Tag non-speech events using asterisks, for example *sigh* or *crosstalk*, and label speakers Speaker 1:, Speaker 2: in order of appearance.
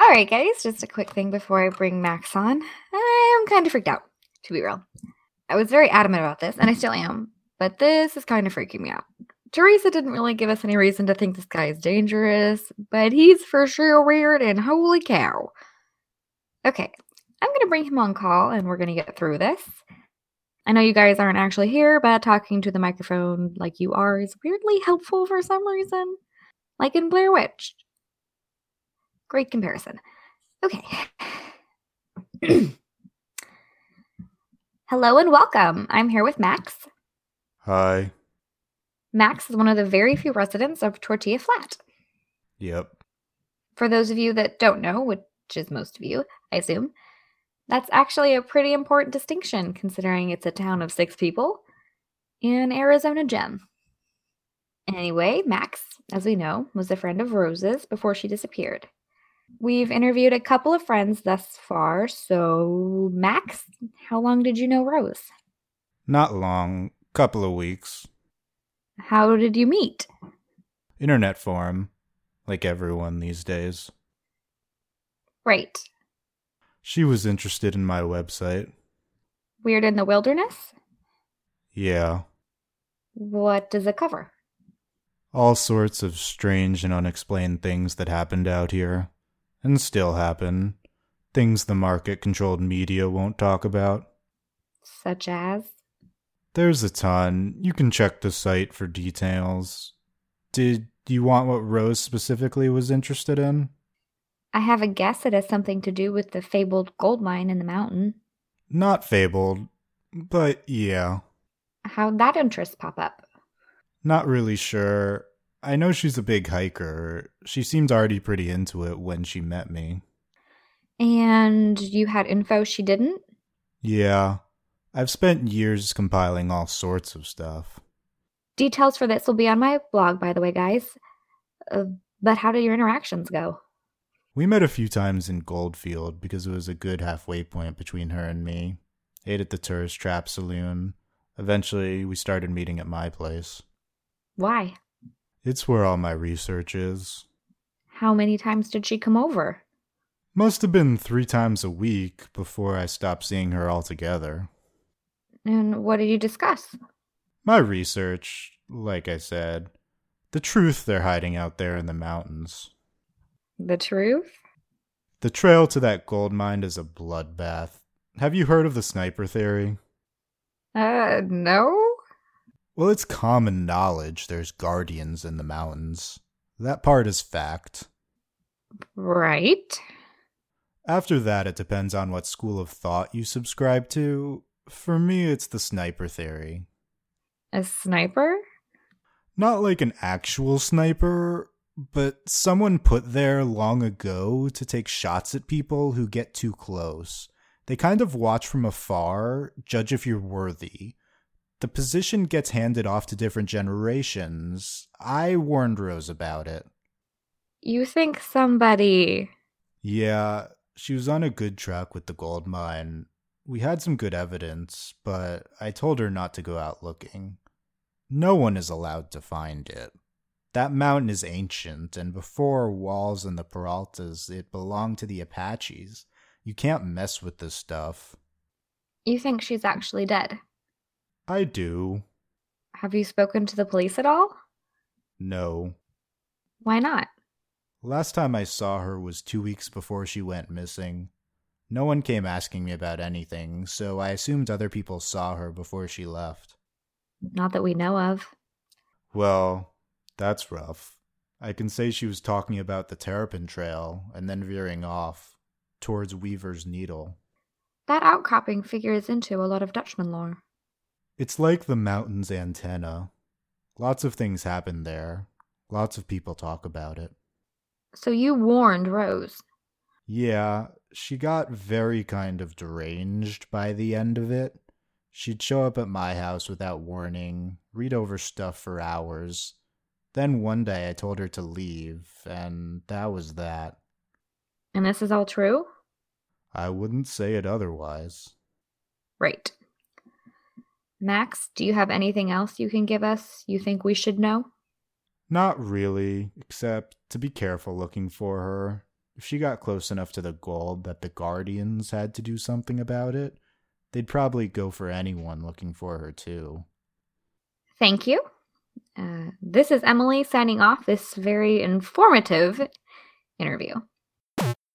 Speaker 1: All right, guys, just a quick thing before I bring Max on. I am kind of freaked out, to be real. I was very adamant about this, and I still am, but this is kind of freaking me out. Teresa didn't really give us any reason to think this guy is dangerous, but he's for sure weird, and holy cow. Okay, I'm going to bring him on call, and we're going to get through this. I know you guys aren't actually here, but talking to the microphone like you are is weirdly helpful for some reason, like in Blair Witch. Great comparison. Okay. *clears throat* Hello and welcome. I'm here with Max.
Speaker 2: Hi.
Speaker 1: Max is one of the very few residents of Tortilla Flat.
Speaker 2: Yep.
Speaker 1: For those of you that don't know, which is most of you, I assume, that's actually a pretty important distinction considering it's a town of six people in Arizona Gem. Anyway, Max, as we know, was a friend of Rose's before she disappeared. We've interviewed a couple of friends thus far, so Max, how long did you know Rose?
Speaker 2: Not long. Couple of weeks.
Speaker 1: How did you meet?
Speaker 2: Internet forum. Like everyone these days.
Speaker 1: Right.
Speaker 2: She was interested in my website.
Speaker 1: Weird in the Wilderness?
Speaker 2: Yeah.
Speaker 1: What does it cover?
Speaker 2: All sorts of strange and unexplained things that happened out here. And still happen. Things the market controlled media won't talk about.
Speaker 1: Such as?
Speaker 2: There's a ton. You can check the site for details. Did you want what Rose specifically was interested in?
Speaker 1: I have a guess it has something to do with the fabled gold mine in the mountain.
Speaker 2: Not fabled, but yeah.
Speaker 1: How'd that interest pop up?
Speaker 2: Not really sure. I know she's a big hiker. She seemed already pretty into it when she met me.
Speaker 1: And you had info she didn't?
Speaker 2: Yeah. I've spent years compiling all sorts of stuff.
Speaker 1: Details for this will be on my blog, by the way, guys. Uh, but how did your interactions go?
Speaker 2: We met a few times in Goldfield because it was a good halfway point between her and me. Ate at the tourist trap saloon. Eventually, we started meeting at my place.
Speaker 1: Why?
Speaker 2: It's where all my research is.
Speaker 1: How many times did she come over?
Speaker 2: Must have been three times a week before I stopped seeing her altogether.
Speaker 1: And what did you discuss?
Speaker 2: My research, like I said, the truth they're hiding out there in the mountains.
Speaker 1: The truth?
Speaker 2: The trail to that gold mine is a bloodbath. Have you heard of the sniper theory?
Speaker 1: Uh, no?
Speaker 2: Well, it's common knowledge there's guardians in the mountains. That part is fact.
Speaker 1: Right.
Speaker 2: After that, it depends on what school of thought you subscribe to. For me, it's the sniper theory.
Speaker 1: A sniper?
Speaker 2: Not like an actual sniper, but someone put there long ago to take shots at people who get too close. They kind of watch from afar, judge if you're worthy. The position gets handed off to different generations. I warned Rose about it.
Speaker 1: You think somebody.
Speaker 2: Yeah, she was on a good track with the gold mine. We had some good evidence, but I told her not to go out looking. No one is allowed to find it. That mountain is ancient, and before Walls and the Peraltas, it belonged to the Apaches. You can't mess with this stuff.
Speaker 1: You think she's actually dead?
Speaker 2: I do.
Speaker 1: Have you spoken to the police at all?
Speaker 2: No.
Speaker 1: Why not?
Speaker 2: Last time I saw her was two weeks before she went missing. No one came asking me about anything, so I assumed other people saw her before she left.
Speaker 1: Not that we know of.
Speaker 2: Well, that's rough. I can say she was talking about the Terrapin Trail and then veering off towards Weaver's Needle.
Speaker 1: That outcropping figures into a lot of Dutchman lore.
Speaker 2: It's like the mountain's antenna. Lots of things happen there. Lots of people talk about it.
Speaker 1: So you warned Rose.
Speaker 2: Yeah, she got very kind of deranged by the end of it. She'd show up at my house without warning, read over stuff for hours. Then one day I told her to leave, and that was that.
Speaker 1: And this is all true?
Speaker 2: I wouldn't say it otherwise.
Speaker 1: Right. Max, do you have anything else you can give us you think we should know?
Speaker 2: Not really, except to be careful looking for her. If she got close enough to the gold that the Guardians had to do something about it, they'd probably go for anyone looking for her, too.
Speaker 1: Thank you. Uh, this is Emily signing off this very informative interview.